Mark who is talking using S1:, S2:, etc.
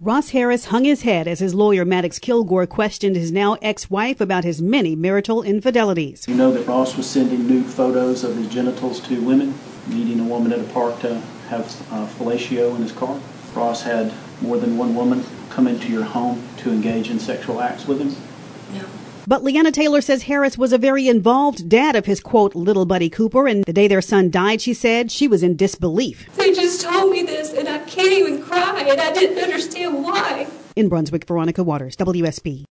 S1: Ross Harris hung his head as his lawyer Maddox Kilgore questioned his now ex wife about his many marital infidelities.
S2: You know that Ross was sending nude photos of his genitals to women, meeting a woman at a park to have uh, fellatio in his car. Ross had more than one woman come into your home to engage in sexual acts with him.
S1: But Leanna Taylor says Harris was a very involved dad of his quote little buddy Cooper, and the day their son died, she said she was in disbelief.
S3: They just told me this, and I can't even cry, and I didn't understand why.
S1: In Brunswick, Veronica Waters, WSB.